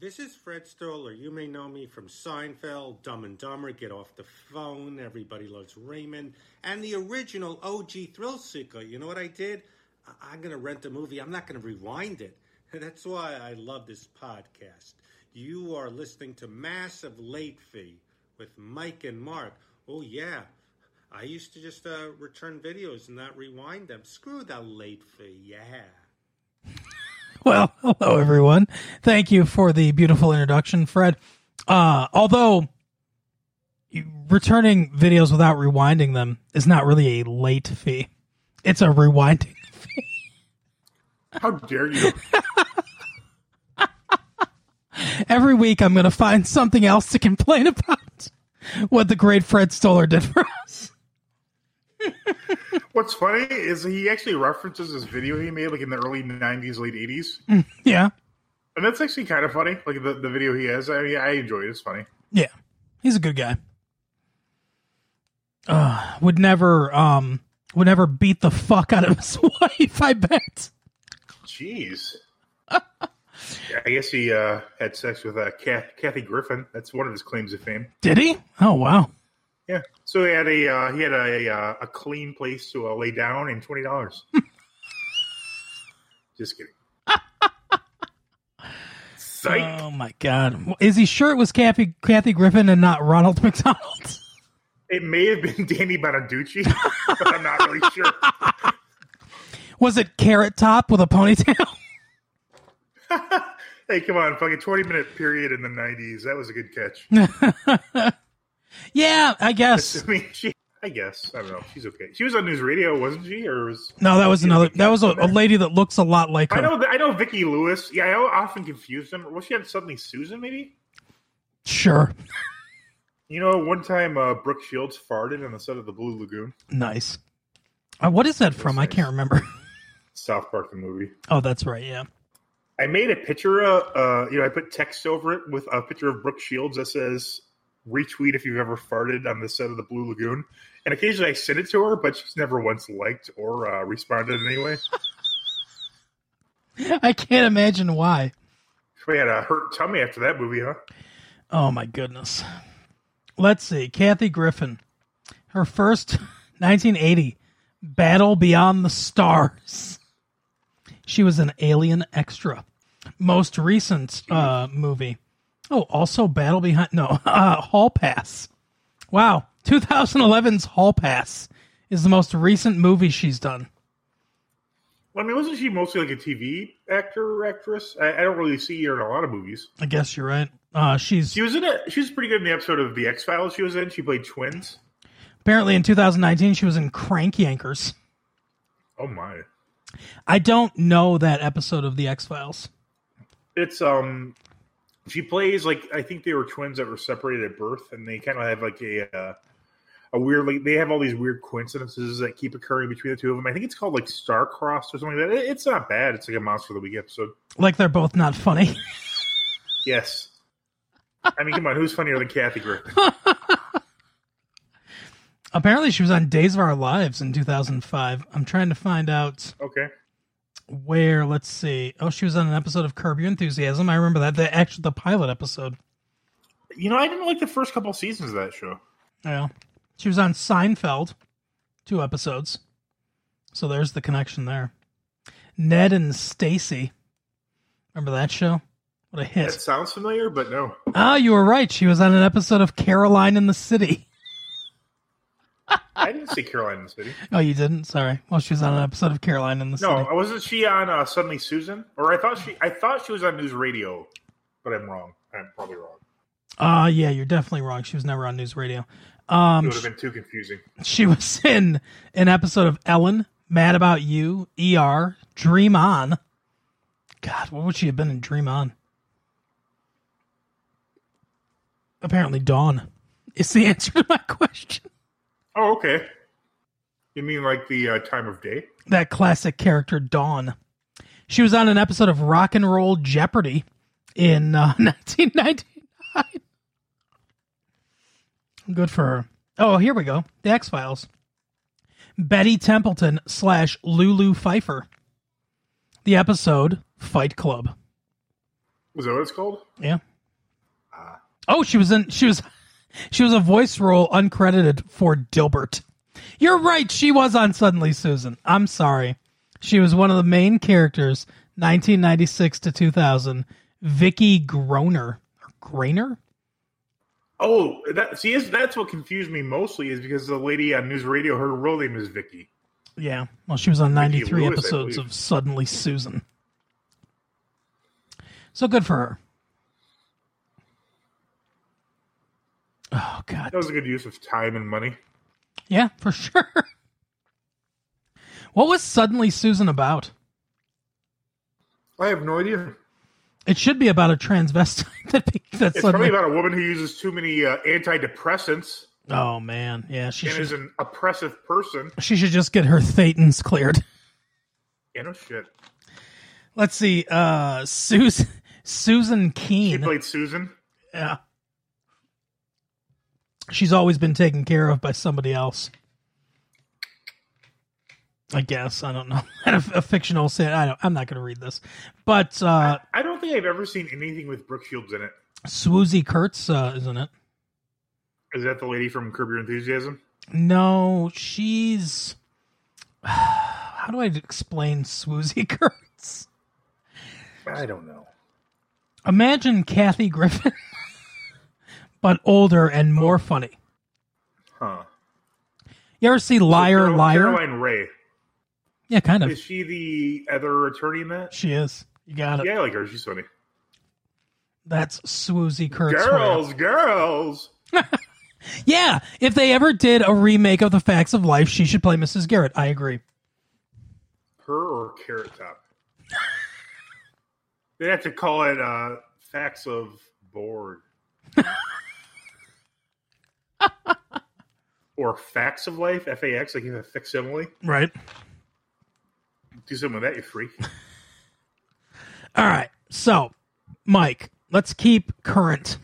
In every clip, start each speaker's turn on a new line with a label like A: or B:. A: This is Fred Stoller. You may know me from Seinfeld, Dumb and Dumber, Get Off the Phone, Everybody Loves Raymond, and the original OG Thrill Seeker. You know what I did? I- I'm going to rent a movie. I'm not going to rewind it. That's why I love this podcast. You are listening to Massive Late Fee with Mike and Mark. Oh, yeah. I used to just uh, return videos and not rewind them. Screw the late fee. Yeah.
B: Well, hello everyone. Thank you for the beautiful introduction, Fred. Uh, although you- returning videos without rewinding them is not really a late fee; it's a rewinding.
C: How dare you?
B: Every week, I'm going to find something else to complain about. What the great Fred Stoller did for us.
C: What's funny is he actually references this video he made like in the early '90s, late '80s,
B: Yeah,
C: and that's actually kind of funny. Like the, the video he has, I mean, I enjoy it. It's funny.
B: yeah, he's a good guy. Uh, would never, um, would never beat the fuck out of his wife. I bet.
C: Jeez. Yeah, I guess he uh, had sex with uh, Kath, Kathy Griffin. That's one of his claims of fame.
B: Did he? Oh wow.
C: Yeah. So he had a uh, he had a a, a clean place to uh, lay down and twenty dollars. Just kidding. Psych.
B: Oh my God! Is he sure it was Kathy, Kathy Griffin and not Ronald McDonald?
C: it may have been Danny Bonaducci, but I'm not really sure.
B: Was it Carrot Top with a ponytail?
C: Hey, come on, fucking 20 minute period in the 90s. That was a good catch.
B: yeah, I guess.
C: I mean, she, I guess. I don't know. She's okay. She was on news radio, wasn't she? Or was.
B: No, that was another. That was a, a lady that looks a lot like
C: I
B: her.
C: know, I know Vicki Lewis. Yeah, I often confuse them. Was she on Suddenly Susan, maybe?
B: Sure,
C: You know, one time uh, Brooke Shields farted on the set of The Blue Lagoon,
B: nice. Uh, what is that from? I can't remember.
C: South Park, the movie.
B: Oh, that's right. Yeah.
C: I made a picture, uh, uh, you know, I put text over it with a picture of Brooke Shields that says, retweet if you've ever farted on the set of the Blue Lagoon. And occasionally I send it to her, but she's never once liked or uh, responded in any way.
B: I can't imagine why.
C: We had a hurt tummy after that movie, huh?
B: Oh my goodness. Let's see. Kathy Griffin, her first 1980 Battle Beyond the Stars. She was an alien extra. Most recent uh, movie. Oh, also Battle Behind. No, uh, Hall Pass. Wow. 2011's Hall Pass is the most recent movie she's done.
C: Well, I mean, wasn't she mostly like a TV actor or actress? I, I don't really see her in a lot of movies.
B: I guess you're right. Uh, she's
C: She was in a, she was pretty good in the episode of The X Files she was in. She played twins.
B: apparently in 2019, she was in Crank Yankers.
C: Oh, my.
B: I don't know that episode of The X Files.
C: It's, um, she plays like, I think they were twins that were separated at birth, and they kind of have like a, uh, a weird like they have all these weird coincidences that keep occurring between the two of them. I think it's called like Starcrossed or something like that. It- It's not bad. It's like a monster of the week episode.
B: like they're both not funny.
C: Yes. I mean, come on, who's funnier than Kathy Griffin?
B: Apparently, she was on Days of Our Lives in 2005. I'm trying to find out
C: Okay.
B: where. Let's see. Oh, she was on an episode of Curb Your Enthusiasm. I remember that. The actually the pilot episode.
C: You know, I didn't like the first couple seasons of that show.
B: Yeah, she was on Seinfeld, two episodes. So there's the connection there. Ned and Stacy. Remember that show? What a
C: That
B: hit!
C: sounds familiar, but no.
B: Ah, you were right. She was on an episode of Caroline in the City.
C: I didn't see Caroline in the City.
B: Oh, you didn't? Sorry. Well, she was on an episode of Caroline in the
C: No,
B: City.
C: I wasn't she on uh, Suddenly Susan? Or I thought she I thought she was on News Radio, but I'm wrong. I'm probably wrong.
B: Uh yeah, you're definitely wrong. She was never on news radio. Um
C: It would have been too confusing.
B: she was in an episode of Ellen, Mad About You, ER, Dream On. God, what would she have been in Dream On? Apparently Dawn is the answer to my question.
C: Oh, okay. You mean like the uh, time of day?
B: That classic character Dawn. She was on an episode of Rock and Roll Jeopardy in uh, 1999. Good for her. Oh, here we go. The X Files. Betty Templeton slash Lulu Pfeiffer. The episode Fight Club.
C: Was that what it's called?
B: Yeah. Oh, she was in. She was. She was a voice role uncredited for Dilbert. You're right. She was on Suddenly Susan. I'm sorry. She was one of the main characters, 1996 to 2000. Vicky Groner. Or Grainer?
C: Oh, that see, is that's what confused me mostly is because the lady on news radio, her real name is Vicky.
B: Yeah. Well, she was on 93
C: Lewis, I
B: episodes
C: believe.
B: of Suddenly Susan. So good for her. Oh, God.
C: That was a good use of time and money.
B: Yeah, for sure. What was Suddenly Susan about?
C: I have no idea.
B: It should be about a transvestite that, be, that
C: It's
B: suddenly.
C: probably about a woman who uses too many uh, antidepressants
B: oh man, yeah, she
C: and
B: should,
C: is an oppressive person.
B: she should just get her thetans cleared.
C: Yeah, no shit.
B: Let's see, uh, Susan Susan
C: She
B: Keen.
C: played Susan.
B: yeah, she's always been taken care of by somebody else. I guess I don't know. a, a fictional say I don't. I'm not going to read this, but uh,
C: I don't think I've ever seen anything with Brooke Shields in it.
B: Swoozy Kurtz, uh, isn't it?
C: Is that the lady from Curb Your Enthusiasm?
B: No, she's. How do I explain Swoozy Kurtz?
C: I don't know.
B: Imagine Kathy Griffin, but older and more funny.
C: Huh.
B: You ever see Liar,
C: Carol-
B: Liar?
C: Caroline Ray.
B: Yeah, kind of.
C: Is she the other attorney in that?
B: She is. You got it.
C: Yeah, I like her. She's funny.
B: That's Swoozy Kurtz. for you.
C: Girls, girls.
B: Yeah, if they ever did a remake of The Facts of Life, she should play Mrs. Garrett. I agree.
C: Her or Carrot Top? they have to call it uh, Facts of Board. or Facts of Life, F A X, like you have a facsimile.
B: Right.
C: Do something with that, you freak.
B: All right. So, Mike, let's keep current.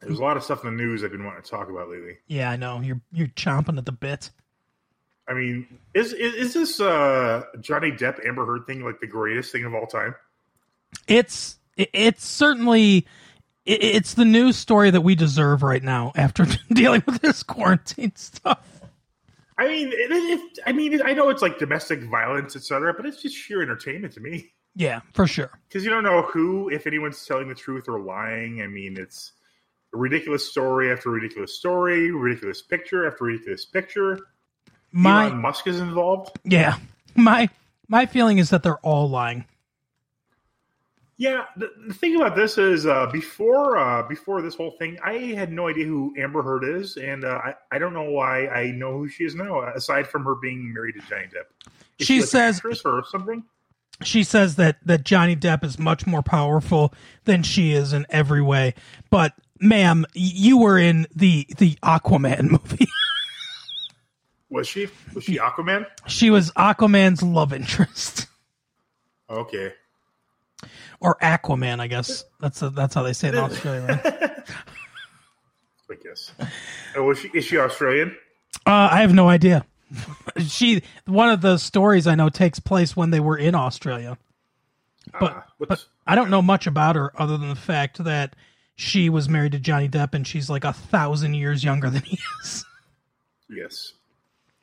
C: There's a lot of stuff in the news I've been wanting to talk about lately.
B: Yeah, I know. You're you're chomping at the bit.
C: I mean, is is, is this uh, Johnny Depp Amber Heard thing like the greatest thing of all time?
B: it's it- it's certainly it- it's the news story that we deserve right now after dealing with this quarantine stuff.
C: I mean, it, it, it- I mean, I know it's like domestic violence, etc., but it's just sheer entertainment to me.
B: Yeah, for sure.
C: because you don't know who, if anyone's telling the truth or lying. I mean, it's a ridiculous story after ridiculous story, ridiculous picture after ridiculous picture.
B: My
C: Elon Musk is involved.
B: yeah, my my feeling is that they're all lying.
C: Yeah, the, the thing about this is uh, before uh, before this whole thing, I had no idea who Amber Heard is, and uh, I, I don't know why I know who she is now, aside from her being married to Johnny Depp. Is
B: She
C: like, an
B: says-
C: actress or something.
B: She says that that Johnny Depp is much more powerful than she is in every way. But ma'am, y- you were in the the Aquaman movie.
C: Was she? Was she Aquaman?
B: she was Aquaman's love interest
C: Okay.
B: or Aquaman, I guess. That's that's how they say it in Australia. Right?
C: I guess. Oh, was she? Is she Australian?
B: Uh, I have no idea. she one of the stories I know takes place when they were in Australia. But-
C: Ah,
B: But I don't know much about her other than the fact that she was married to Johnny Depp and she's like a thousand years younger than he is.
C: Yes.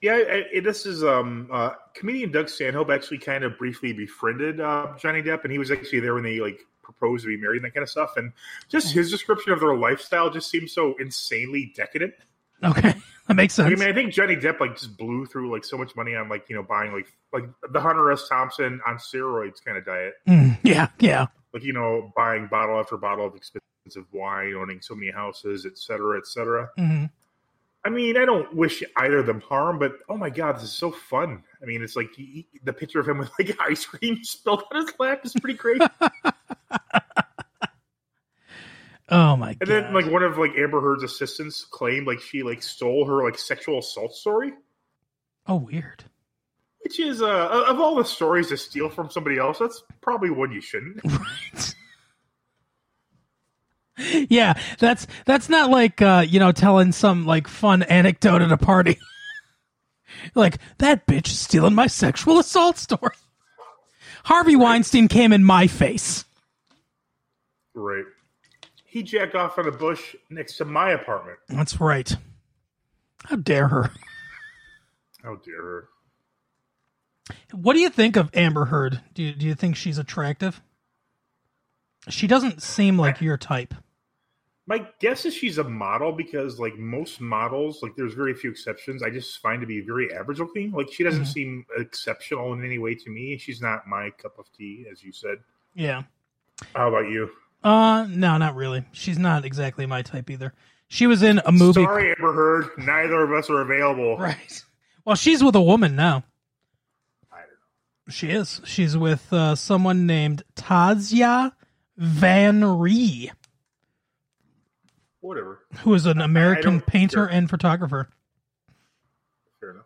C: Yeah, I, I, this is um, uh, comedian Doug Stanhope actually kind of briefly befriended uh, Johnny Depp, and he was actually there when they like proposed to be married and that kind of stuff. And just his description of their lifestyle just seems so insanely decadent.
B: Okay, that makes
C: I
B: sense.
C: mean, I think Johnny Depp like just blew through like so much money on like you know buying like like the Hunter S. Thompson on steroids kind of diet,
B: Mm, yeah, yeah,
C: like you know buying bottle after bottle of expensive wine, owning so many houses, et cetera, et cetera.
B: hmm
C: I mean, I don't wish either of them harm, but oh my god, this is so fun. I mean, it's like he, he- the picture of him with like ice cream spilled on his lap is pretty great. and
B: Oh my god.
C: then like one of like Amber Heard's assistants claimed like she like stole her like sexual assault story,
B: oh weird.
C: which is uh of all the stories to steal from somebody else, that's probably one you shouldn't.
B: Right. yeah, that's that's not like uh, you know telling some like fun anecdote at a party. like that bitch is stealing my sexual assault story. Harvey Weinstein came in my face.
C: Right. He jacked off on a bush next to my apartment.
B: That's right. How dare her?
C: How dare her.
B: What do you think of Amber Heard? Do you, do you think she's attractive? She doesn't seem like your type.
C: My guess is she's a model because, like most models, like there's very few exceptions. I just find to be very average looking. Like she
B: Mm-hmm.
C: doesn't seem exceptional in any way to me. She's not my cup of tea, as you said.
B: Yeah.
C: How about you?
B: Uh, no, not really. She's not exactly my type either. She was in a movie.
C: Sorry, Amber Heard. Neither of us are available.
B: Right. Well, she's with a woman now.
C: I don't know.
B: She is. She's with uh, someone named Tazia Van Ree,
C: Whatever.
B: who is an
C: I
B: American
C: don't-
B: painter
C: sure.
B: and photographer.
C: Fair enough.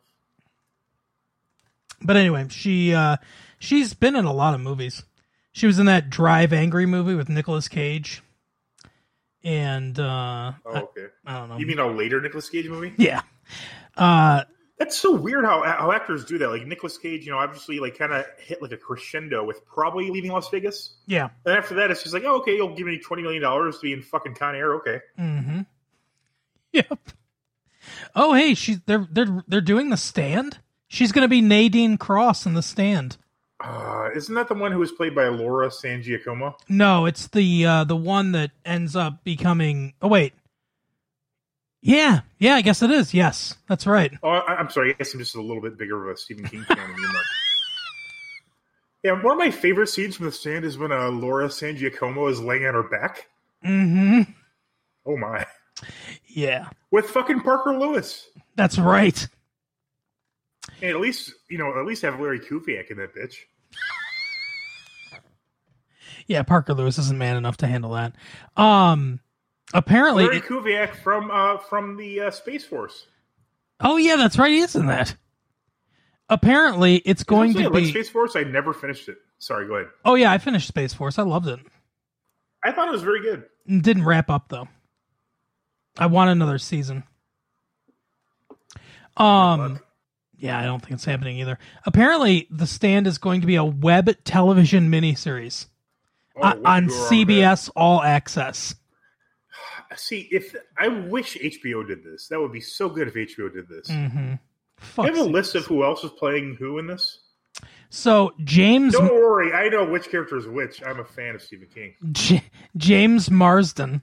B: But anyway, she uh, she's been in a lot of movies. She was in that Drive Angry movie with Nicolas Cage, and uh,
C: Oh,
B: I,
C: okay.
B: I don't know.
C: You mean a later Nicolas Cage movie?
B: yeah. Uh,
C: That's so weird how how actors do that. Like Nicolas Cage, you know, obviously like kind of hit like a crescendo with probably leaving Las Vegas.
B: yeah.
C: And after that, it's just like, oh, okay, you'll give me twenty million dollars to be in fucking Con Air. Okay,
B: Mm-hmm. Yep. Oh, hey, she's they're they're they're doing the stand. She's gonna be Nadine Cross in the stand.
C: uh, isn't that the one who was played by Laura San Giacomo?
B: No, it's the uh, the one that ends up becoming. Oh wait. Yeah, yeah, I guess it is. Yes, that's right.
C: Oh, I, I'm sorry. I guess I'm just a little bit bigger of a Stephen King fan than you, Mark. Yeah, one of my favorite scenes from The Stand is when uh, Laura San Giacomo is laying on her back.
B: hmm
C: Oh my!
B: Yeah,
C: With fucking Parker Lewis.
B: that's right.
C: Hey, at least you know, at least have Larry Kuviak in that bitch.
B: Yeah, Parker Lewis isn't man enough to handle that. Um, apparently.
C: Larry Kuviak from uh, from the uh, Space Force.
B: oh yeah, that's right. He is in that. Apparently, it's going
C: Honestly,
B: to
C: I like
B: be.
C: Space Force. I never finished it. Sorry, go ahead.
B: oh yeah, I finished Space Force. I loved it.
C: I thought it was very good.
B: didn't wrap up though. I want another season. Um
C: Look,
B: yeah, I don't think it's happening either. Apparently, The Stand is going to be a web television miniseries
C: oh,
B: o-
C: what could
B: on
C: go wrong with
B: CBS All Access.
C: that? See, if I wish HBO did this, that would be so good if HBO did this.
B: Mhm.
C: I
B: Fuck.
C: have a list of who else is playing who in this.
B: So, James
C: Don't worry, I know which character is which. I'm a fan of Stephen King.
B: J- James Marsden.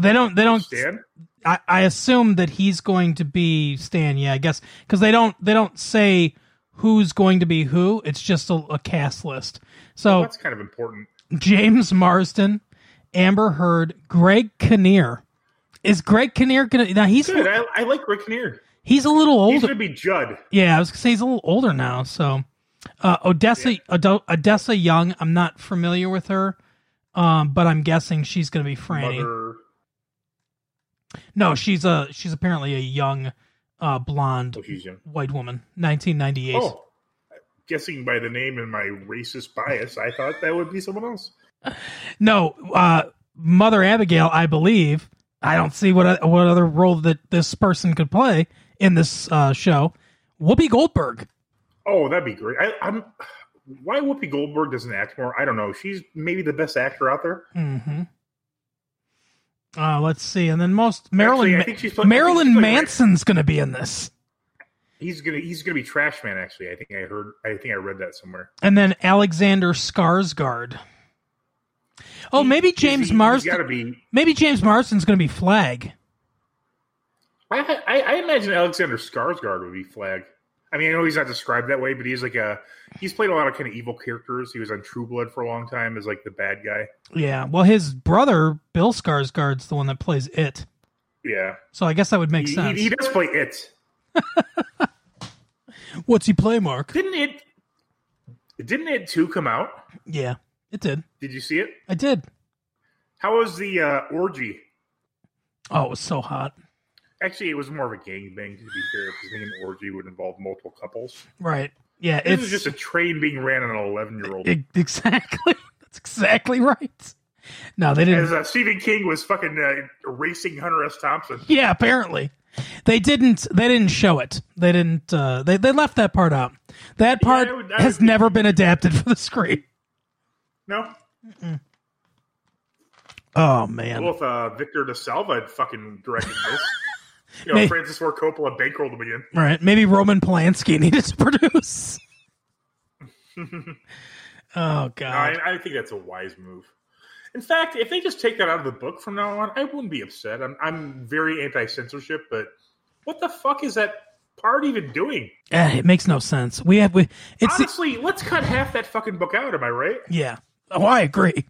B: They don't they don't
C: Stan?
B: I, I assume that he's going to be Stan. Yeah, I guess because they don't they don't say who's going to be who. It's just a, a cast list. So
C: That's kind of important.
B: James Marsden, Amber Heard, Greg Kinnear. Is Greg Kinnear gonna now? He's
C: Good. I, I like Rick Kinnear.
B: he's a little
C: He's
B: older.
C: going to be Judd.
B: Yeah, I was gonna say he's a little older now. So uh, Odessa Odo- Odessa Young. I'm not familiar with her, um, but I'm guessing she's gonna be Franny.
C: Mother.
B: No, she's a she's apparently a young uh, blonde
C: Oh, she's young.
B: white woman, 1998.
C: Oh, guessing by the name and my racist bias, I thought that would be someone else.
B: No, uh, Mother Abigail, I believe. I don't see what what other role that this person could play in this uh, show. Whoopi Goldberg.
C: Oh, that'd be great. I, I'm. Why Whoopi Goldberg doesn't act more? I don't know. She's maybe the best actor out there.
B: hmm Uh, let's see, and then most Marilyn
C: Actually, I
B: Ma-
C: think she's playing- I think
B: Marilyn
C: she's playing-
B: Manson's going to be in this,
C: He's gonna he's gonna be Trash Man. Actually, I think I heard. I think I read that somewhere.
B: and then Alexander Skarsgård. Oh, maybe James
C: Mars.
B: Marsden.
C: Got to be.
B: Maybe James Marsden's going to be Flag.
C: I, I I imagine Alexander Skarsgård would be Flag. I mean, I know he's not described that way, but he's like a he's played a lot of kind of evil characters. He was on True Blood for a long time as like the bad guy.
B: Yeah. Well, his brother Bill Skarsgård's the one that plays it,
C: Yeah,
B: so I guess that would make
C: he,
B: sense.
C: he, he does play it.
B: What's he play, Mark?
C: Didn't it? Didn't it two come out?
B: Yeah, it did.
C: Did you see it?
B: I did.
C: How was the uh, orgy?
B: Oh, it was so hot.
C: Actually, it was more of a gangbang to be fair, because I think an orgy would involve multiple couples.
B: Right. Yeah,
C: This
B: it's
C: is just a train being ran on an eleven-year-old.
B: e- exactly. That's exactly right. No, they didn't.
C: As uh, Stephen King was fucking uh, racing Hunter S. Thompson.
B: yeah, apparently. They didn't. They didn't show it. They didn't. Uh, they they left that part out. That part
C: I would- I
B: has
C: would-
B: never been adapted for the screen.
C: No,
B: Oh man.
C: well, if uh, Victor De Salva had fucking directed this, you know,
B: May-
C: Francis Ford Coppola bankrolled him again.
B: All right, maybe Roman Polanski needed to produce. oh god.
C: I, I think that's a wise move. In fact, if they just take that out of the book from now on, I wouldn't be upset. I'm, I'm very anti censorship, but what the fuck is that part even doing?
B: Eh, it makes no sense. We have we. It's
C: Honestly, let's cut half that fucking book out. Am I right?
B: yeah. Oh, I agree.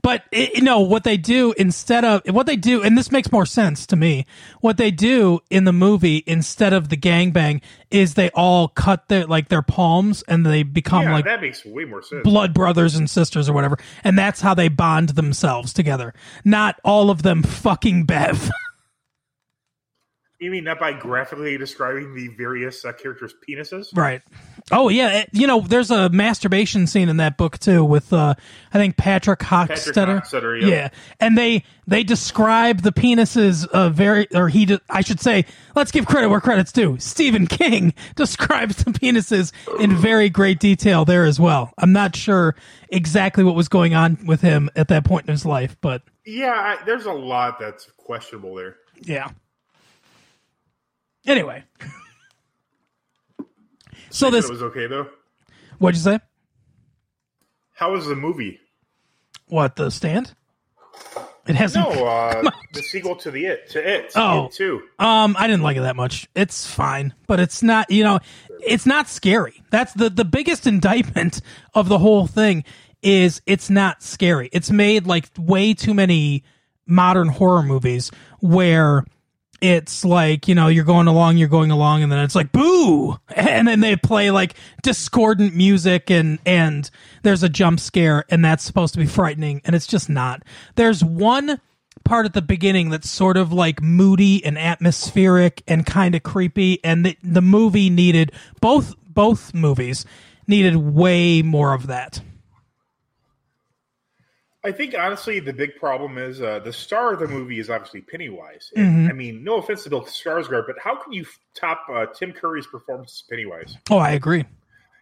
B: But it, you know what they do instead of what they do, and this makes more sense to me. What they do in the movie instead of the gangbang is they all cut their like their palms and they become
C: Yeah,
B: like
C: that makes way more sense.
B: blood brothers and sisters or whatever, and that's how they bond themselves together. Not all of them fucking Bev.
C: You mean not by graphically describing the various uh, characters' penises?
B: Right. Oh yeah, it- you know, there's a masturbation scene in that book too with uh I think Patrick Hochstetter.
C: Patrick Hochstetter, yeah.
B: And they they describe the penises uh very or he de- I should say, let's give credit where credit's due. Stephen King describes the penises in very great detail there as well. I'm not sure exactly what was going on with him at that point in his life, but
C: Yeah, I, there's a lot that's questionable there.
B: yeah. Anyway. so
C: This
B: this
C: it was okay though.
B: what'd you say?
C: How was the movie?
B: What the stand? It hasn't.
C: No, uh, the sequel to the it to it. to
B: Oh.
C: it too.
B: Um, I didn't like it that much. It's fine, but it's not. You know, it's not scary. That's the the biggest indictment of the whole thing is it's not scary. It's made like way too many modern horror movies where it's like you know you're going along you're going along and then it's like boo and then they play like discordant music and and there's a jump scare and that's supposed to be frightening and it's just not there's one part at the beginning that's sort of like moody and atmospheric and kind of creepy and the, the movie needed both both movies needed way more of that
C: I think honestly, the big problem is uh, the star of the movie is obviously Pennywise.
B: Mm-hmm.
C: I mean, no offense to Bill Skarsgård, but how can you f- top uh, Tim Curry's performance as Pennywise?
B: oh i agree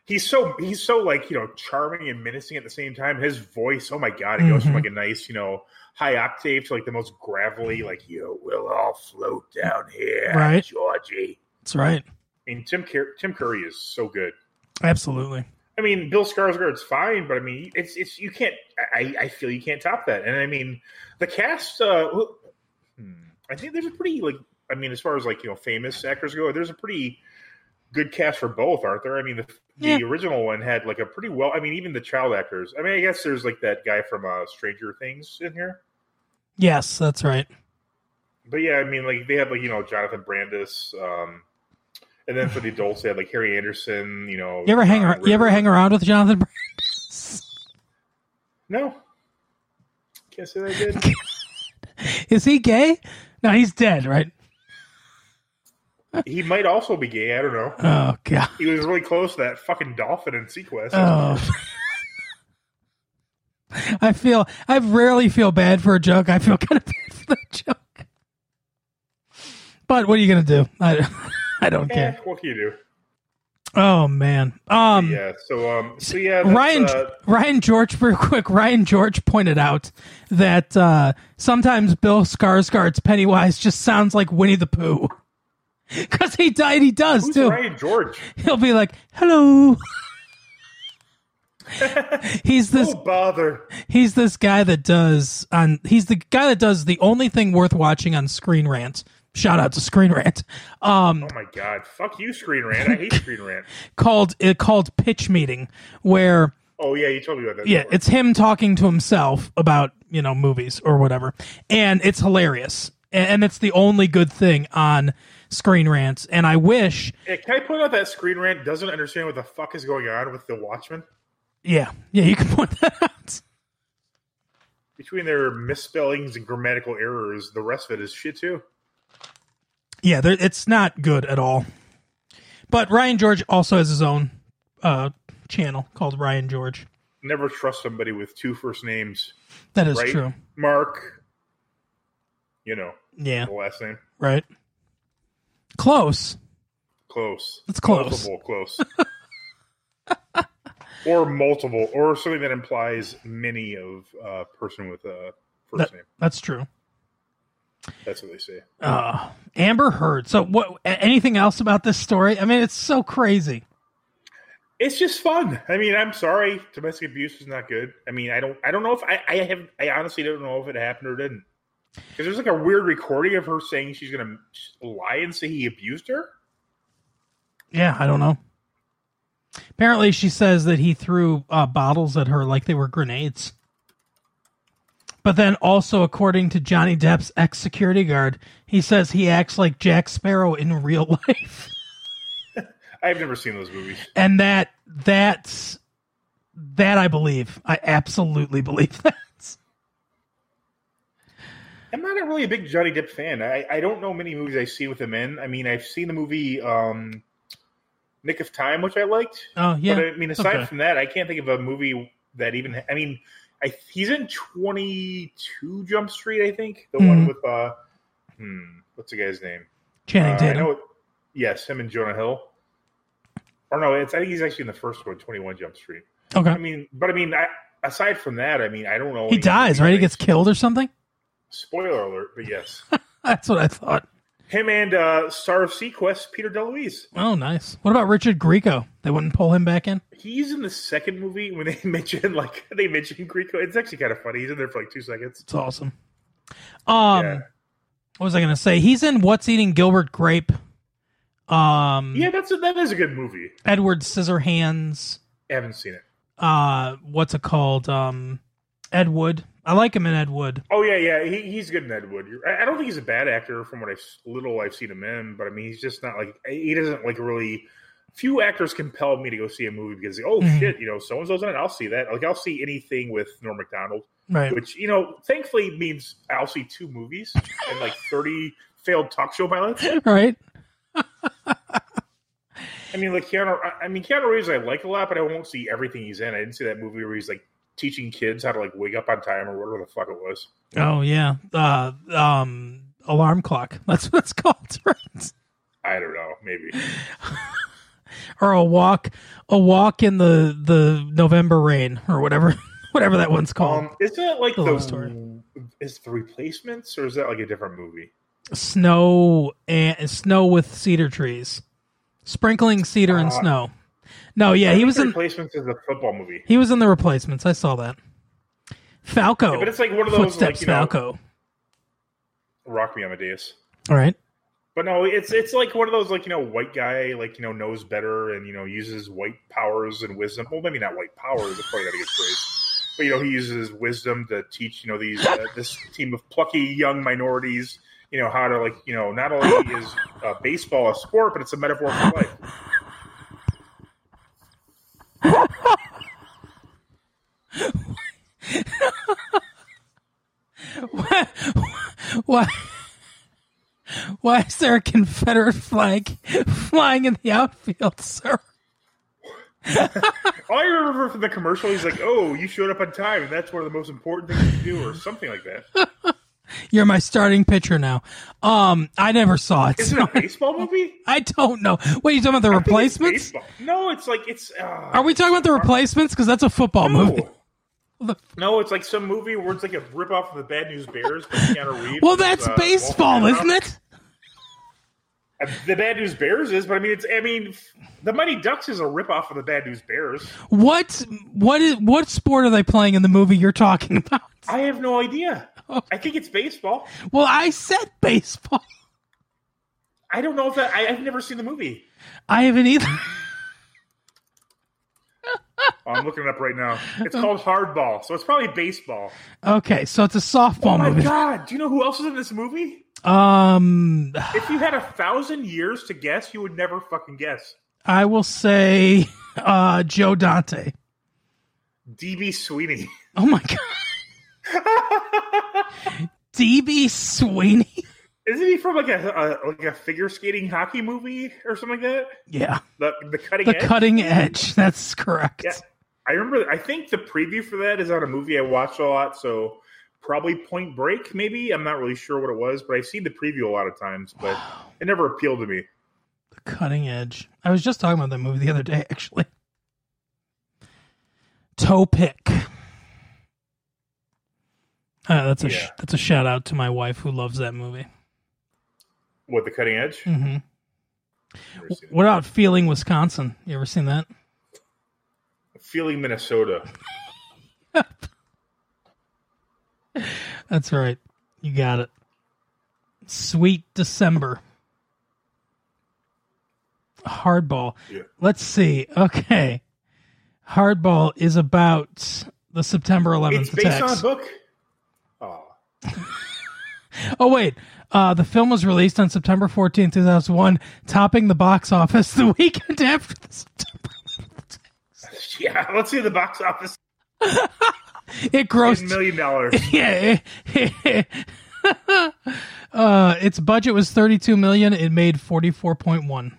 C: He's so he's so like you know charming and menacing at the same time. His voice, oh my god, it goes
B: Mm-hmm.
C: from like a nice you know high octave to like the most gravelly like you will all float down here,
B: Right.
C: Georgie.
B: that's right
C: I mean, Tim Cur- Tim Curry is so good.
B: absolutely
C: I mean, Bill Skarsgård's fine, but I mean, it's it's you can't. I, I feel you can't top that. And I mean, the cast. Uh, who- hmm, I think there's a pretty like. I mean, as far as like you know, famous actors go, there's a pretty good cast for both, aren't there? I mean, the,
B: Yeah.
C: the original one had like a pretty well. I mean, even the child actors. I mean, I guess there's like that guy from uh, Stranger Things in here.
B: yes that's right
C: But yeah, I mean, like they had like you know Jonathan Brandis, um, and then for the adults they had like Harry Anderson. You know,
B: you ever hang
C: John
B: around you ever
C: Ritter.
B: hang around with jonathan Brandis?
C: No, can't say that I did.
B: Is he gay? No, he's dead, right?
C: He might also be gay. I don't know.
B: Oh god.
C: He was really close to that fucking dolphin in Sequest.
B: Oh. I feel I rarely feel bad for a joke. I feel kind of bad for the joke. But what are you gonna do? I, I don't
C: Eh,
B: care.
C: what can you do?
B: Oh man. Um.
C: Yeah. So um. So yeah. that's,
B: Ryan
C: Uh,
B: Ryan George real quick. Ryan George pointed out that uh, sometimes Bill Skarsgård's Pennywise just sounds like Winnie the Pooh because he died. He does
C: who's
B: too.
C: Ryan George?
B: He'll be like, "Hello." he's this
C: Oh bother.
B: he's this guy that does on he's the guy that does the only thing worth watching on Screen Rant. Shout out to Screen Rant. Um
C: Oh my god. Fuck you, Screen Rant. I hate Screen Rant.
B: called it called Pitch Meeting where
C: Oh yeah, you told me about that.
B: yeah,
C: before.
B: it's him talking to himself about, you know, movies or whatever. And it's hilarious. A- And it's the only good thing on Screen Rant. And I wish
C: Eh, Can I point out that Screen Rant doesn't understand what the fuck is going on with the Watchmen
B: yeah, yeah, you can point that out.
C: between their misspellings and grammatical errors? The rest of it is shit too.
B: yeah, there, it's not good at all. But Ryan George also has his own uh, channel called Ryan George.
C: Never trust somebody with two first names.
B: That is
C: right?
B: true.
C: Mark. You know
B: Yeah,
C: the last name.
B: right. Close.
C: Close.
B: It's close.
C: Multiple close. or multiple, or something that implies many of a person with a first name.
B: That's true.
C: That's what they say.
B: Uh, Amber Heard. So, what? a- Anything else about this story? I mean, it's so crazy.
C: It's just fun. I mean, I'm sorry, domestic abuse is not good. I mean, I don't, I don't know if I, I have, I honestly don't know if it happened or didn't. Because there's like a weird recording of her saying she's going to lie and say he abused her.
B: Yeah, I don't know. Apparently, she says that he threw uh, bottles at her like they were grenades. But then, also according to Johnny Depp's ex security guard, he says he acts like Jack Sparrow in real life,
C: I've never seen those movies.
B: and that that's that I believe. I absolutely believe that.
C: I'm not a really a big Johnny Depp fan. I, I don't know many movies I see with him in. I mean, I've seen the movie um, Nick of Time, which I liked.
B: Oh yeah,
C: But I mean, aside
B: okay.
C: from that, I can't think of a movie that even. I mean, I, he's in Twenty Two Jump Street, I think, the one
B: Mhm.
C: with uh, hmm, what's the guy's name? Uh,
B: Channing
C: I
B: Tatum.
C: know. It, yes, him and Jonah Hill. Or no, it's I think he's actually in the first one, 21 Jump Street. I
B: okay,
C: mean, but I mean, I, aside from that, I mean, I don't know.
B: he
C: any
B: dies
C: movies
B: right. He
C: that-
B: gets killed or something.
C: spoiler alert, but yes,
B: That's what I thought.
C: him and uh, star of Sequest, Peter DeLuise.
B: Oh, nice. What about Richard Grieco? They wouldn't pull him back in.
C: He's in the second movie when they mention like they mention Greco. It's actually kind of funny. He's in there for like two seconds.
B: It's awesome. Um,
C: Yeah.
B: what was I gonna say? He's in What's Eating Gilbert Grape. Um,
C: Yeah, that's a, that is a good movie.
B: Edward Scissorhands.
C: I haven't seen it.
B: Uh, what's it called? Um, Ed Wood. I like him in Ed Wood.
C: Oh yeah, yeah, he, he's good in Ed Wood. You're- I I don't think he's a bad actor from what I've little I've seen him in, but I mean he's just not like he doesn't like really. Few actors compel me to go see a movie because oh
B: Mhm.
C: shit, you know so and so's in it. I'll see that. Like I'll see anything with Norm Macdonald,
B: Right.
C: which you know thankfully means I'll see two movies and like thirty failed talk show pilots.
B: Right.
C: I mean, like Keanu. I- I mean, Keanu Reeves, I like a lot, but I won't see everything he's in. I didn't see that movie where he's like teaching kids how to like wake up on time or whatever the fuck it was.
B: Oh yeah. Uh, um, alarm clock. That's what it's called. Right.
C: I don't know, maybe.
B: Or a walk, a walk in the the November rain or whatever, whatever that one's called.
C: Um, isn't that like
B: Oh, The
C: the,
B: love story.
C: is the replacements or is that like a different movie?
B: snow and snow with cedar trees, sprinkling cedar and
C: Uh,
B: snow. No, yeah,
C: I
B: he
C: think
B: was
C: the
B: in
C: replacements is a football movie,
B: he was in the replacements. I saw that. Falco,
C: but it's like one of those
B: Oh, footsteps
C: like you know,
B: Falco.
C: Rock Me Amadeus.
B: All right,
C: But no, it's it's like one of those like you know white guy like you know knows better and you know uses white powers and wisdom. Well, maybe not white powers. That's probably not a good phrase. But you know he uses his wisdom to teach you know these uh, this team of plucky young minorities you know how to like you know not only is uh, baseball a sport but it's a metaphor for life.
B: why, why, why is there a Confederate flag flying in the outfield, sir?
C: All I remember from the commercial, he's like, "Oh, you showed up on time, and that's one of the most important things you do," or something like that.
B: You're my starting pitcher now. Um, I never saw it.
C: Isn't
B: So
C: it a baseball movie?
B: I don't know. What are you talking about? The
C: I think it's
B: replacements?
C: baseball. No, it's like it's. Uh,
B: Are we talking about the replacements? Because that's a football movie. The-
C: No, it's like some movie where it's like a rip off of the Bad News Bears. But Keanu Reeves.
B: Well,
C: is,
B: that's
C: uh,
B: baseball,
C: walking
B: isn't
C: around.
B: it?
C: Uh, The Bad News Bears is, but I mean, it's. I mean, f- the Mighty Ducks is a rip off of the Bad News Bears.
B: What what is what sport are they playing in the movie you're talking about?
C: I have no idea. I think it's baseball.
B: Well, I said baseball.
C: I don't know if that. I, I've never seen the movie.
B: I haven't either.
C: Oh, I'm looking it up right now. It's called Hardball, so it's probably baseball.
B: Okay, so it's a softball
C: Oh My
B: Oh, movie.
C: God, do you know who else is in this movie?
B: Um,
C: If you had a thousand years to guess, you would never fucking guess.
B: I will say uh Joe Dante.
C: DB Sweeney.
B: Oh my god. DB Sweeney.
C: Isn't he from like a, a like a figure skating hockey movie or something like that?
B: Yeah.
C: The the cutting
B: The
C: edge.
B: cutting edge. That's correct.
C: Yeah. I remember. I think the preview for that is on a movie I watched a lot. So probably Point Break. Maybe I'm not really sure what it was, but I've seen the preview a lot of times. But It never appealed to me.
B: The Cutting Edge. I was just talking about that movie the other day, actually. Toe Pick. Uh, that's a sh-
C: Yeah.
B: that's a shout out to my wife who loves that movie.
C: What the cutting edge?
B: hmm
C: Never seen it.
B: What about Feeling Wisconsin? You ever seen that?
C: Feeling Minnesota.
B: That's right. You got it. Sweet December. Hardball.
C: Yeah.
B: Let's see. Okay. Hardball is about the September 11th
C: It's based on
B: attacks.
C: a book. Oh,
B: Oh wait, uh, the film was released on September 14, 2001, topping the box office the weekend after the September.
C: yeah. Let's see the box office.
B: It grossed.
C: Ten million dollars.
B: Yeah. uh, its budget was 32 million. It made 44.1.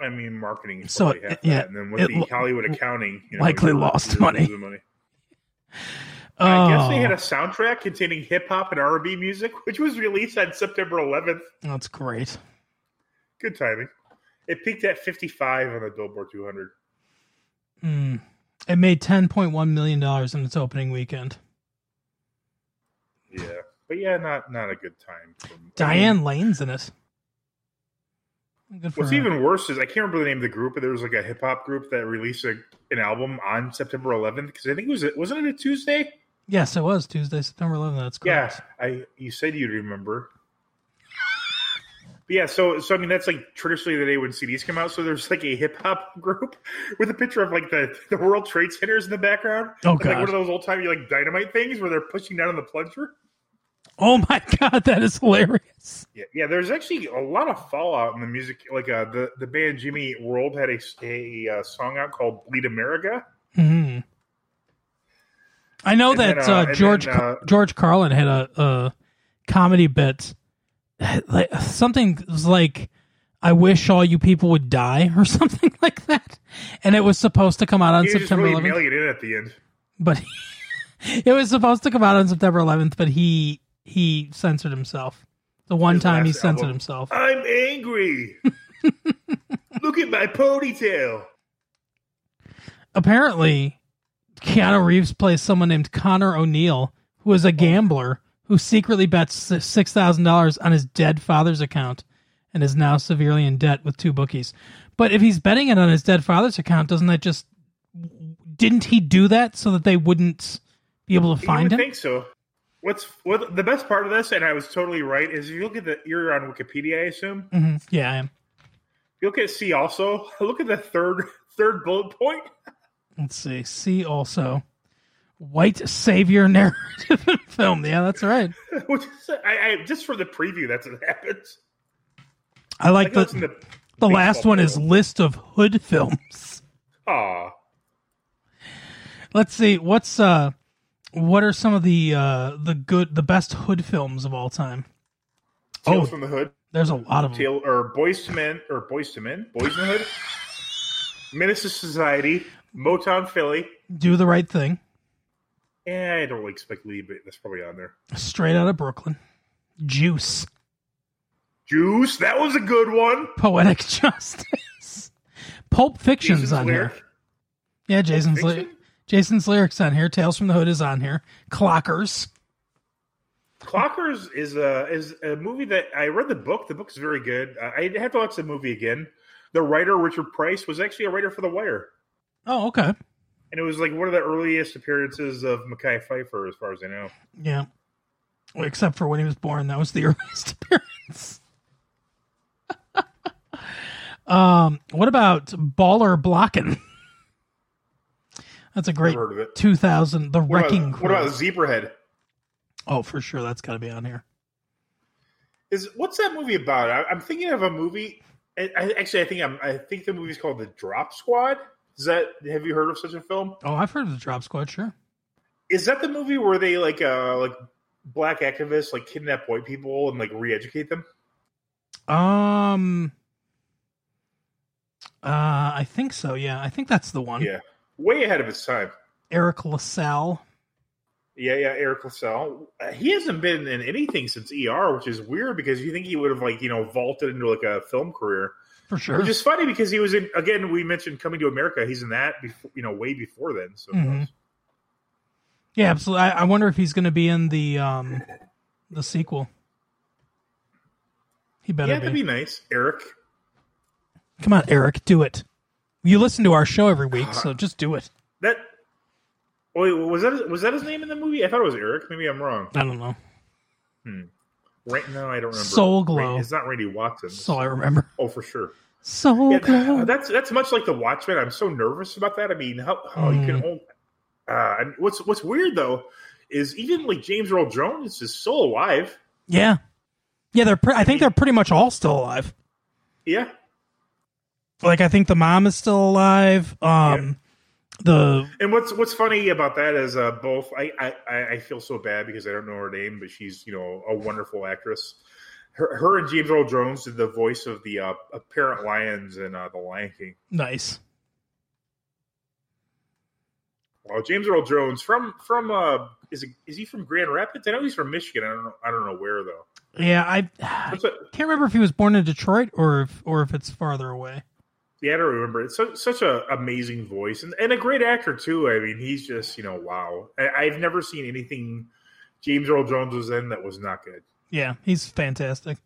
C: I mean, marketing. Is
B: So,
C: probably half
B: yeah,
C: that. and then with
B: it
C: the
B: lo-
C: Hollywood accounting, you
B: likely
C: it's-
B: lost
C: it's
B: money.
C: losing I guess
B: Oh,
C: they had a soundtrack containing hip hop and R and B music, which was released on September 11th.
B: That's great.
C: Good timing. It peaked at 55 on the Billboard 200.
B: Mm. It made 10.1 million dollars in its opening weekend.
C: Yeah, but yeah, not not a good time. From,
B: Diane Lane's in it. Good for
C: What's
B: her.
C: even worse is I can't remember the name of the group, but there was like a hip hop group that released a, an album on September 11th because I think it was wasn't it a Tuesday?
B: yes, it was Tuesday, September 11th. That's
C: Yeah,
B: correct.
C: I you said you'd remember. But yeah, so so I mean that's like traditionally the day when CDs come out. So there's like a hip hop group with a picture of like the, the World Trade Centers in the background.
B: Oh,
C: And, like
B: God.
C: one of those old timey like dynamite things where they're pushing down on the plunger.
B: Oh my god, that is hilarious.
C: Yeah, yeah. There's actually a lot of fallout in the music. Like uh, the the band Jimmy Eat World had a a uh, song out called "Bleed America."
B: Hmm. I know
C: And
B: that
C: then, uh,
B: uh,
C: and
B: George
C: then,
B: Car-
C: uh,
B: George Carlin had a, a comedy bit, like something was like, "I wish all you people would die" or something like that, and it was supposed to come out on
C: He was just
B: September
C: really
B: 11th.
C: nailing it in at the end.
B: but it was supposed to come out on September 11th, but he he censored himself. The one
C: His
B: time he
C: last
B: censored
C: album.
B: himself.
C: I'm angry. Look at my ponytail.
B: Apparently, Keanu Reeves plays someone named Connor O'Neill, who is a gambler who secretly bets six thousand dollars on his dead father's account and is now severely in debt with two bookies. But if he's betting it on his dead father's account, doesn't that just didn't he do that so that they wouldn't be able to find
C: you
B: him?
C: would think so. What's what the best part of this, and I was totally right, is if you look at the you're on Wikipedia, I assume.
B: hmm Yeah, I am.
C: If you look at C also, look at the third third bullet point.
B: Let's see. See also white savior narrative in film. Yeah, that's right.
C: Which is, I, I just for the preview, that's what happens.
B: I like
C: Like that's in
B: the
C: the
B: the last one is list of hood films.
C: Aw.
B: Let's see what's uh what are some of the uh the good the best hood films of all time?
C: Tales
B: Oh.
C: from the Hood.
B: There's a lot of them.
C: Tale or Boys to Men or Boys to Men, Boys in the Hood, Menace to Society, Motown Philly.
B: Do the right thing.
C: Eh, I don't really expect Lee, but that's probably on there.
B: Straight out of Brooklyn. Juice.
C: Juice, that was a good one.
B: Poetic justice. Pulp Fiction's
C: Jason's
B: on
C: lyric.
B: here. Yeah, Jason's
C: Fiction?
B: lyric. Jason's lyrics on here. Tales from the Hood is on here. Clockers.
C: Clockers is a is a movie that I read the book. The book's very good. I I have to watch the movie again. The writer Richard Price was actually a writer for The Wire,
B: Oh, okay.
C: and it was like one of the earliest appearances of Mackay Pfeiffer, as far as I know.
B: Yeah. Well, except for when he was born, that was the earliest appearance. um, what about Baller Blockin'? That's a
C: I've
B: great
C: heard of it.
B: 2000. The
C: What
B: Wrecking
C: about,
B: Crew.
C: what about Zebrahead?
B: oh, for sure, that's got to be on here.
C: Is what's that movie about? I, I'm thinking of a movie. I, I, actually, I think I'm, I think the movie's called The Drop Squad. Is that have you heard of such a film?
B: Oh, I've heard of the Drop Squad. Sure.
C: Is that the movie where they like uh like black activists like kidnap white people and like re-educate them?
B: Um. Uh, I think so. Yeah, I think that's the one.
C: Yeah, way ahead of its time.
B: Eric LaSalle.
C: Yeah, yeah, Eric Lassell. Uh, He hasn't been in anything since ER, which is weird because you think he would have like you know vaulted into like a film career,
B: for sure.
C: which is funny because he was in again. We mentioned Coming to America. He's in that before you know way before then. So
B: Mhm. Yeah, absolutely. I, I wonder if he's going to be in the um the sequel. He better
C: yeah, that'd
B: be.
C: be nice, Eric.
B: Come on, Eric, do it. You listen to our show every week, so just do it.
C: That wait, was that was that his name in the movie? I thought it was Eric. Maybe I'm wrong.
B: I don't know.
C: Right now, I don't remember.
B: Soul Glow.
C: It's not Randy Watson.
B: So I remember.
C: oh, for sure.
B: So
C: Yeah,
B: glow.
C: uh, that's that's much like the Watchmen. I'm so nervous about that. I mean, how, how you can only, uh, I mean, what's what's weird though is even like James Earl Jones is still alive.
B: Yeah, yeah. They're. Pre- I think they're pretty much all still alive.
C: Yeah,
B: Like I think the mom is still alive. Um, the
C: and what's what's funny about that is uh, both I, I- I I feel so bad because I don't know her name, but she's you know a wonderful actress. Her, her and James Earl Jones did the voice of the uh, apparent lions in uh, The Lion King.
B: nice.
C: Well, James Earl Jones from from uh, is it, is he from Grand Rapids? I know he's from Michigan. I don't know I don't know where though.
B: Yeah, I, I
C: That's what-
B: can't remember if he was born in Detroit or if or if it's farther away.
C: Yeah, I don't remember. It's such, such a amazing voice and, and a great actor too. I mean, he's just you know wow. I, I've never seen anything James Earl Jones was in that was not good.
B: Yeah, he's fantastic.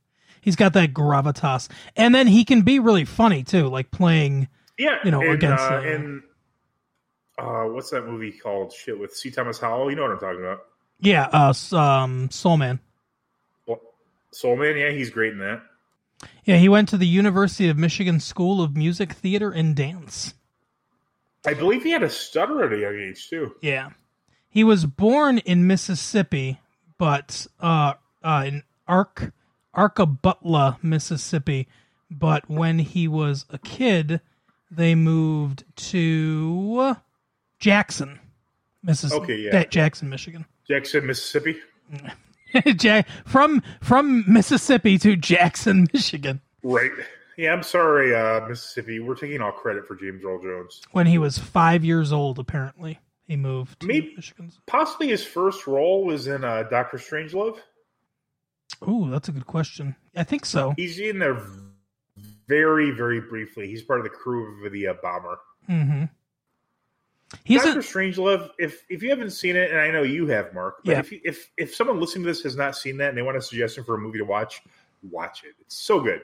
B: He's got that gravitas, and then he can be really funny too, like playing.
C: Yeah,
B: You know,
C: and,
B: against,
C: uh,
B: uh,
C: and uh, what's that movie called? Shit with C. Thomas Howell. You know what I'm talking about?
B: Yeah, uh, s- um, Soul Man.
C: Well, Soul Man. Yeah, he's great in that.
B: Yeah, he went to the University of Michigan School of Music, Theater, and Dance.
C: I believe he had a stutter at a young age too.
B: Yeah. He was born in Mississippi, but uh, uh, in Arc, Arcabutla, Mississippi. But when he was a kid, they moved to Jackson, Mississippi.
C: Okay, yeah.
B: Jackson, Michigan.
C: Jackson, Mississippi.
B: Jack from from Mississippi to Jackson, Michigan.
C: Right. Yeah, I'm sorry, uh, Mississippi. We're taking all credit for James Earl Jones.
B: When he was five years old, apparently he moved to
C: Maybe-
B: Michigan.
C: Possibly his first role was in uh, Doctor Strangelove.
B: Ooh, that's a good question. I think so.
C: He's in there v- very, very briefly. He's part of the crew of the uh, bomber.
B: Mm-hmm. He's
C: Doctor
B: a,
C: Strangelove. If if you haven't seen it, and I know you have, Mark, but
B: Yeah.
C: if, you, if if someone listening to this has not seen that and they want a suggestion for a movie to watch, watch it. It's so good.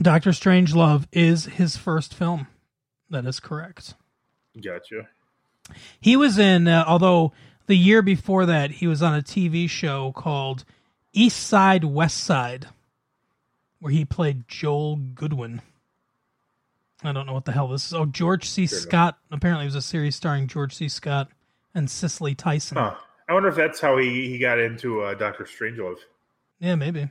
B: Doctor Strange Love is his first film. That is correct.
C: Gotcha.
B: He was in, uh, although the year before that, he was on a TV show called East Side West Side, where he played Joel Goodwin. I don't know what the hell this is. Oh, George C.
C: Fair enough.
B: Scott. Apparently, it was a series starring George C. Scott and Cicely Tyson.
C: Huh. I wonder if that's how he, he got into uh, Doctor Strangelove.
B: Yeah, maybe.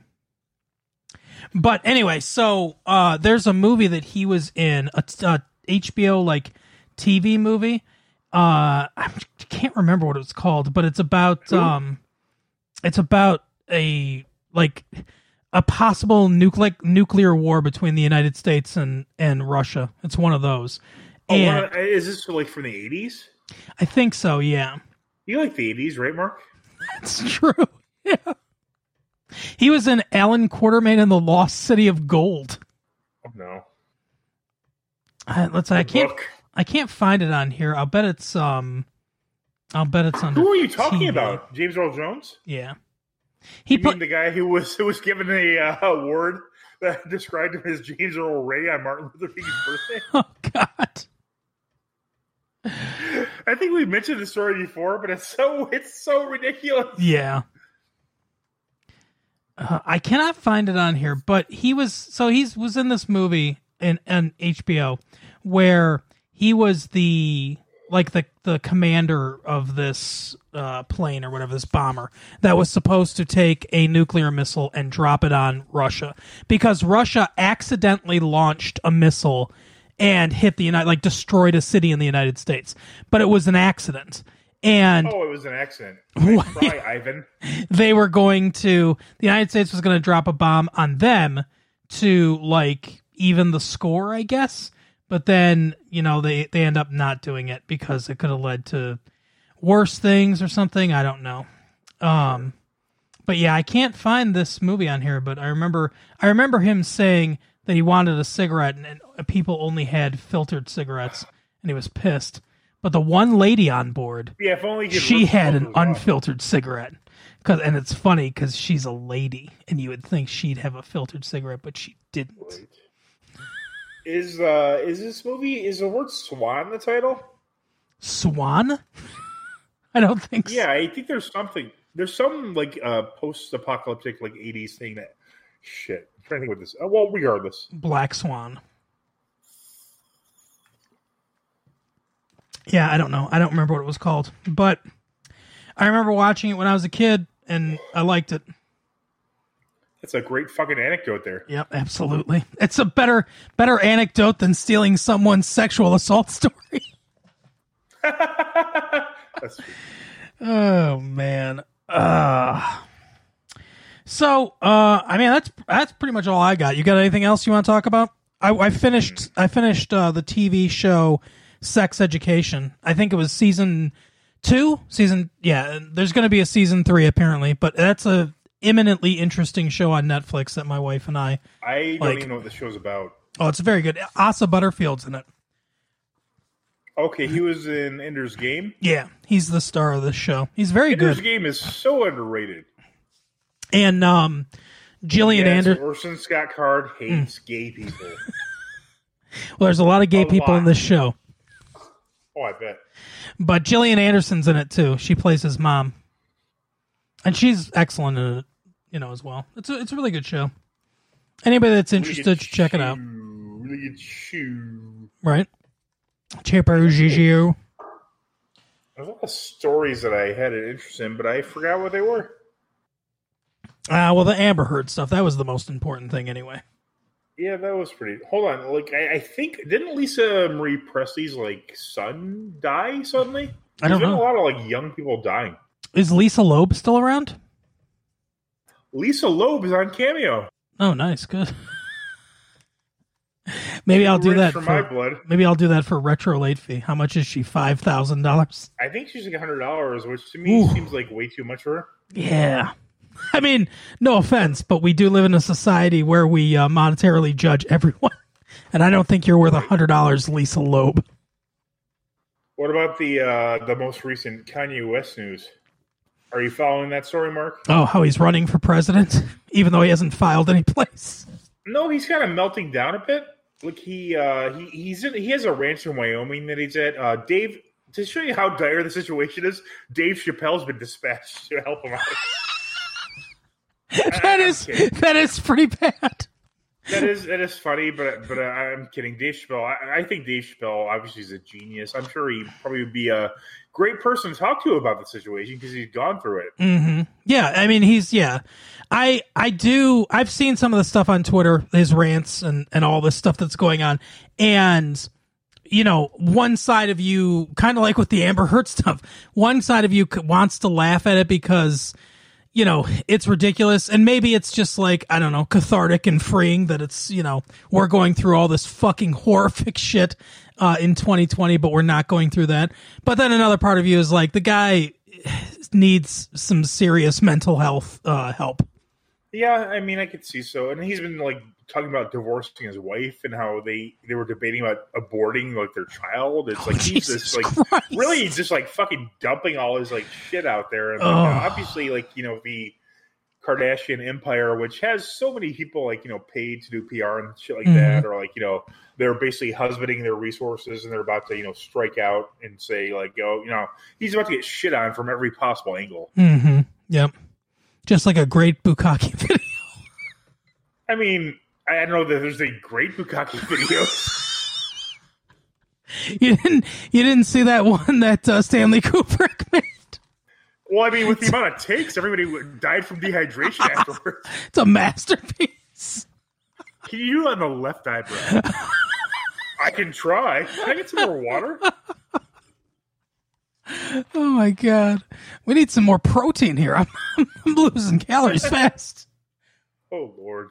B: But anyway, so uh, there's a movie that he was in, a, uh, a HBO like TV movie. Uh, I can't remember what it was called, but it's about
C: Who?
B: um, it's about a like a possible nuclear nuclear war between the United States and and Russia. It's one of those,
C: Oh,
B: and
C: wow. is this like from the eighties?
B: I think so. Yeah.
C: You like the eighties, right, Mark?
B: It's true. Yeah. He was in Alan Quartermain in the Lost City of Gold.
C: Oh, no.
B: Uh, let's. I can't.
C: Book.
B: I can't find it on here. I'll bet it's. Um. I'll bet it's on.
C: Who are you talking
B: TV.
C: about? James Earl Jones?
B: Yeah. He
C: You mean
B: put.
C: the guy who was who was given a uh, award that described him as James Earl Ray on Martin Luther King's birthday?
B: Oh God.
C: I think we mentioned the story before, but it's so it's so ridiculous.
B: Yeah. Uh, I cannot find it on here, but he was so he's was in this movie in on HBO where he was the like the the commander of this uh, plane or whatever this bomber that was supposed to take a nuclear missile and drop it on Russia because Russia accidentally launched a missile and hit the United like destroyed a city in the United States, but it was an accident. And
C: Oh, it was an accident.
B: What?
C: Cry, Ivan.
B: they were going to the United States was going to drop a bomb on them to like even the score, I guess. But then you know they they end up not doing it because it could have led to worse things or something. I don't know. Um, but yeah, I can't find this movie on here. But I remember, I remember him saying that he wanted a cigarette, and, and people only had filtered cigarettes, and he was pissed. But the one lady on board,
C: Yeah, if only he could
B: she
C: rip
B: had
C: those
B: an
C: off.
B: unfiltered cigarette. Cause, and it's funny because she's a lady, and you would think she'd have a filtered cigarette, but she didn't.
C: Is uh is this movie is the word swan the title?
B: Swan? I don't think so.
C: Yeah, I think there's something. There's some like uh post-apocalyptic like '80s thing that shit. I'm trying to think what this. Oh, well, regardless,
B: Black Swan. Yeah, I don't know. I don't remember what it was called, but I remember watching it when I was a kid and I liked it.
C: that's a great fucking anecdote there.
B: Yep, absolutely. It's a better better anecdote than stealing someone's sexual assault story.
C: That's
B: Oh man. Uh. So, uh, I mean, that's that's pretty much all I got. You got anything else you want to talk about? I, I finished I finished uh, the TV show Sex Education. I think it was season two, season yeah. There's going to be a season three apparently, but that's a imminently interesting show on Netflix that my wife and I.
C: I don't
B: Like-
C: even know what the show's about.
B: Oh, it's very good. Asa Butterfield's in it.
C: Okay, he was in Ender's Game.
B: Yeah, he's the star of this show. He's very
C: Ender's
B: good.
C: Game is so underrated.
B: And um, Gillian
C: Yes,
B: Anderson.
C: Orson Scott Card hates
B: Hmm.
C: gay people.
B: Well, there's a lot of gay
C: A
B: people in
C: lot.
B: this show.
C: Oh, I bet.
B: But Gillian Anderson's in it too. She plays his mom, and she's excellent in it, you know, as well. It's a, it's a really good show. Anybody that's interested, should check it out.
C: Look at you.
B: Right? Chaper Gigio.
C: There's a lot of stories that I had an interest in, but I forgot what they were.
B: Ah, well, the Amber Heard stuff. That was the most important thing, anyway.
C: Yeah, that was pretty. Hold on, like I, I think didn't Lisa Marie Presley's like son die suddenly?
B: I don't
C: There's been
B: know.
C: a lot of like young people dying.
B: Is Lisa Loeb still around?
C: Lisa Loeb is on cameo.
B: Oh, nice, good. maybe I'll do
C: Rich
B: that
C: for
B: for,
C: my blood.
B: maybe I'll do that for retro late fee. How much is she? Five thousand dollars.
C: I think she's like hundred dollars, which to me
B: Ooh.
C: seems like way too much for her.
B: Yeah. I mean, no offense, but we do live in a society where we uh, monetarily judge everyone. And I don't think you're worth a $100, Lisa Loeb.
C: What about the uh the most recent Kanye West news? Are you following that story, Mark?
B: Oh, how he's running for president, even though he hasn't filed any place.
C: No, he's kind of melting down a bit. Like he uh he he's in, he has a ranch in Wyoming that he's at. Uh Dave to show you how dire the situation is, Dave Chappelle's been dispatched to help him out.
B: That is
C: Okay.
B: that is pretty bad.
C: That is that is funny, but but I, I'm kidding. Dave Chappelle, I, I think Dave Chappelle obviously is a genius. I'm sure he probably would be a great person to talk to about the situation because he's gone through it.
B: hmm Yeah, I mean he's yeah. I I do I've seen some of the stuff on Twitter, his rants and and all this stuff that's going on, and you know one side of you kind of like with the Amber Heard stuff, one side of you c- wants to laugh at it because you know it's ridiculous, and maybe it's just like I don't know cathartic and freeing that it's you know we're going through all this fucking horrific shit uh, in 2020, but we're not going through that. But then another part of you is like the guy needs some serious mental health uh, help.
C: Yeah, I mean, I could see so, and he's been like talking about divorcing his wife and how they they were debating about aborting like their child. It's like he's
B: Jesus
C: just like
B: Christ.
C: really just like fucking dumping all his like shit out there, and like,
B: Ugh.
C: you know, obviously like you know the Kardashian empire, which has so many people like you know paid to do PR and shit like
B: Mhm.
C: that, or like you know they're basically husbanding their resources and they're about to you know strike out and say like yo you know he's about to get shit on from every possible angle.
B: Mm-hmm. Yep. Just like a great Bukaki video.
C: I mean, I don't know that there's a great Bukaki video.
B: You didn't. You didn't see that one that uh, Stanley Kubrick made.
C: well, I mean, with the amount of takes, everybody would- died from dehydration afterwards.
B: It's a masterpiece.
C: Can you do it on the left eyebrow? I can try. Can I get some more water?
B: Oh my god. We need some more protein here. I'm, I'm losing calories fast.
C: Oh Lord!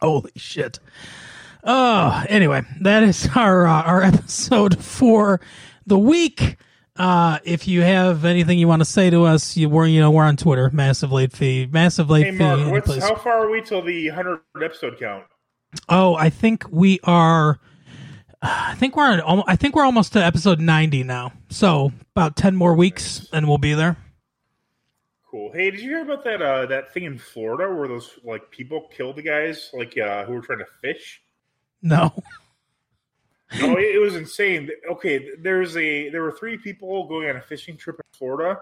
B: Holy shit. Oh, anyway, that is our uh, our episode for the week. Uh, if you have anything you want to say to us, you we're you know we're on Twitter, massive late fee, massive late
C: Hey,
B: fee.
C: Mark,
B: any
C: what's,
B: place.
C: how far are we till the 100 episode count?
B: Oh, I think we are. I think we're at, al- I think we're almost to episode ninety now. So about ten more weeks, and we'll be there.
C: Cool. Hey, did you hear about that uh, that thing in Florida where those like people killed the guys like uh, who were trying to fish?
B: No,
C: oh, it, it was insane. Okay, there's a there were three people going on a fishing trip in Florida.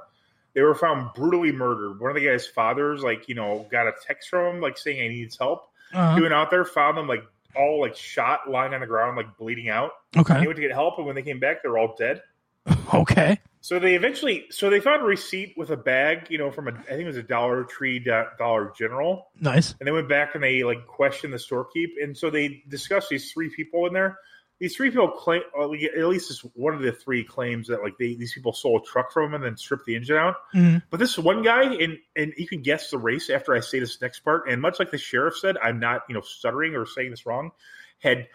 C: They were found brutally murdered. One of the guy's fathers, like you know, got a text from him like saying he needs help. He
B: uh,
C: went out there, found them like all like shot, lying on the ground, like bleeding out. They
B: okay,
C: went to get help, and when they came back, they were all dead.
B: okay,
C: So they eventually, so they found a receipt with a bag, you know, from a I think it was a Dollar Tree, Do- Dollar General,
B: nice.
C: and they went back and they like questioned the storekeep, and so they discussed these three people in there. These three people claim, or at least this one of the three claims that like they, these people stole a truck from him and then stripped the engine out.
B: Mhm.
C: But this one guy, and and you can guess the race after I say this next part. And much like the sheriff said, I'm not you know stuttering or saying this wrong. Had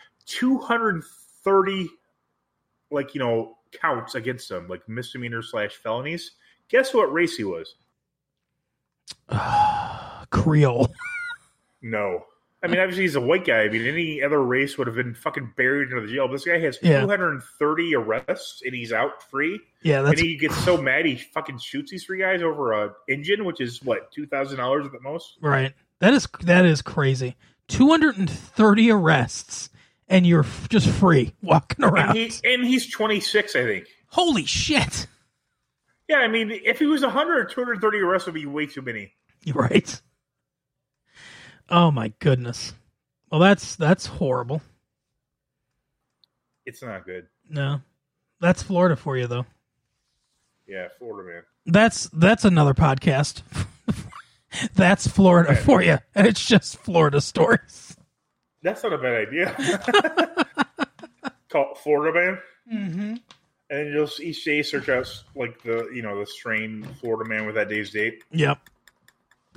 C: 230 like you know counts against him, like misdemeanor slash felonies. Guess what race he was?
B: Creole.
C: No. I mean, obviously he's a white guy. I mean, any other race would have been fucking buried into the jail. But this guy has
B: Yeah.
C: 230 arrests and he's out free.
B: Yeah, that's
C: and he gets so mad he fucking shoots these three guys over a engine, which is what two thousand dollars at the most.
B: Right. That is that is crazy. 230 arrests and you're f- just free walking around.
C: And, he, and he's 26, I think.
B: Holy shit.
C: Yeah, I mean, if he was 100, 230 arrests would be way too many.
B: You're right. Oh my goodness. Well, that's that's horrible.
C: It's not good.
B: No. That's Florida for you though.
C: Yeah, Florida man.
B: That's that's another podcast. that's Florida
C: Right.
B: for you. And it's just Florida stories.
C: That's not a bad idea. Call it Florida man,
B: Mm-hmm.
C: and then you'll s- each day search out like the you know the strain Florida man with that day's date.
B: Yep.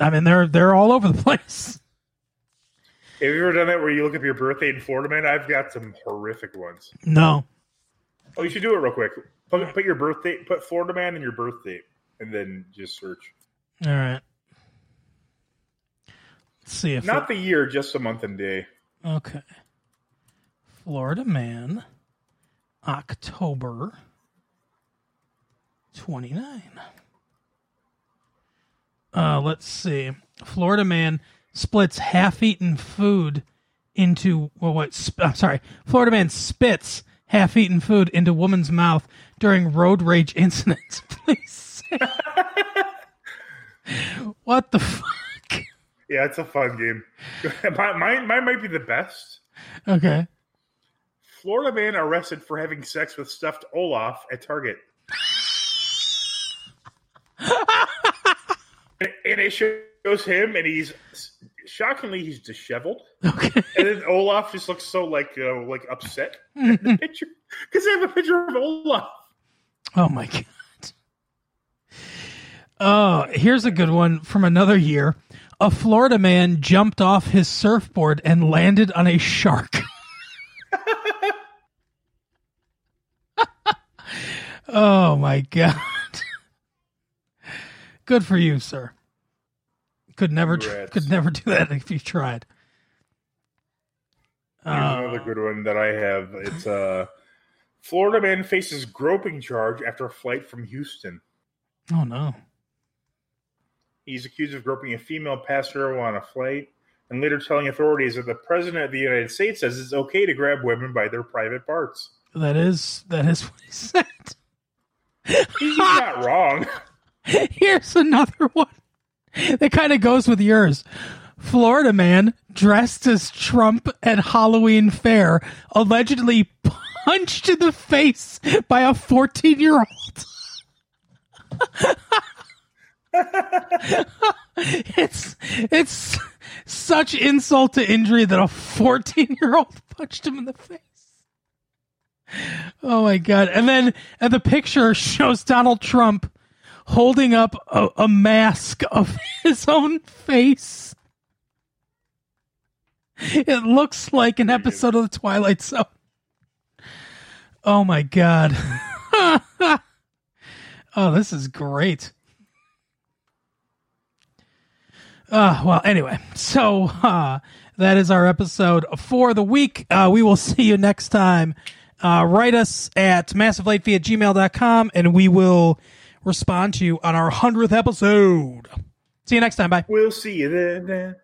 B: I mean they're they're all over the place.
C: Have you ever done that where you look up your birthday in Florida man? I've got some horrific ones.
B: No.
C: Oh, you should do it real quick. Put, put your birthday, put Florida man and your birth date, and then just search.
B: All right. Let's see if
C: Not the year, just the month and day.
B: it- okay. Florida man, October twenty nine. Uh, let's see. Florida man splits half-eaten food into well, what? Sp- I'm sorry. Florida man spits half-eaten food into woman's mouth during road rage incident. Please, say. what the fuck?
C: Yeah, it's a fun game. mine, mine, mine might be the best.
B: Okay.
C: Florida man arrested for having sex with stuffed Olaf at Target. and, and it shows him, and he's shockingly he's disheveled,
B: Okay.
C: and then Olaf just looks so like uh, like upset. in the picture because they have a picture of Olaf.
B: Oh my god. Oh, here's a good one from another year. A Florida man jumped off his surfboard and landed on a shark. oh my god. Good for you, sir. Could never tr-
C: Congrats.
B: could never do that if you tried. Uh,
C: Here's another good one that I have. It's uh, Florida man faces groping charge after a flight from Houston.
B: Oh no.
C: He's accused of groping a female passenger on a flight and later telling authorities that the president of the United States says it's okay to grab women by their private parts.
B: That is that is what he said.
C: He's not wrong.
B: Here's another one that kind of goes with yours. Florida man dressed as Trump at Halloween fair allegedly punched in the face by a 14 year old. it's it's such insult to injury that a 14 year old punched him in the face. Oh my god! And then and the picture shows Donald Trump holding up a, a mask of his own face. It looks like an episode of the Twilight Zone. Oh my god. oh, this is great. Uh, well, anyway, so uh, that is our episode for the week. Uh, we will see you next time. Uh, write us at massivelatefee at gmail.com and we will respond to you on our 100th episode. See you next time. Bye.
C: We'll see you then. then.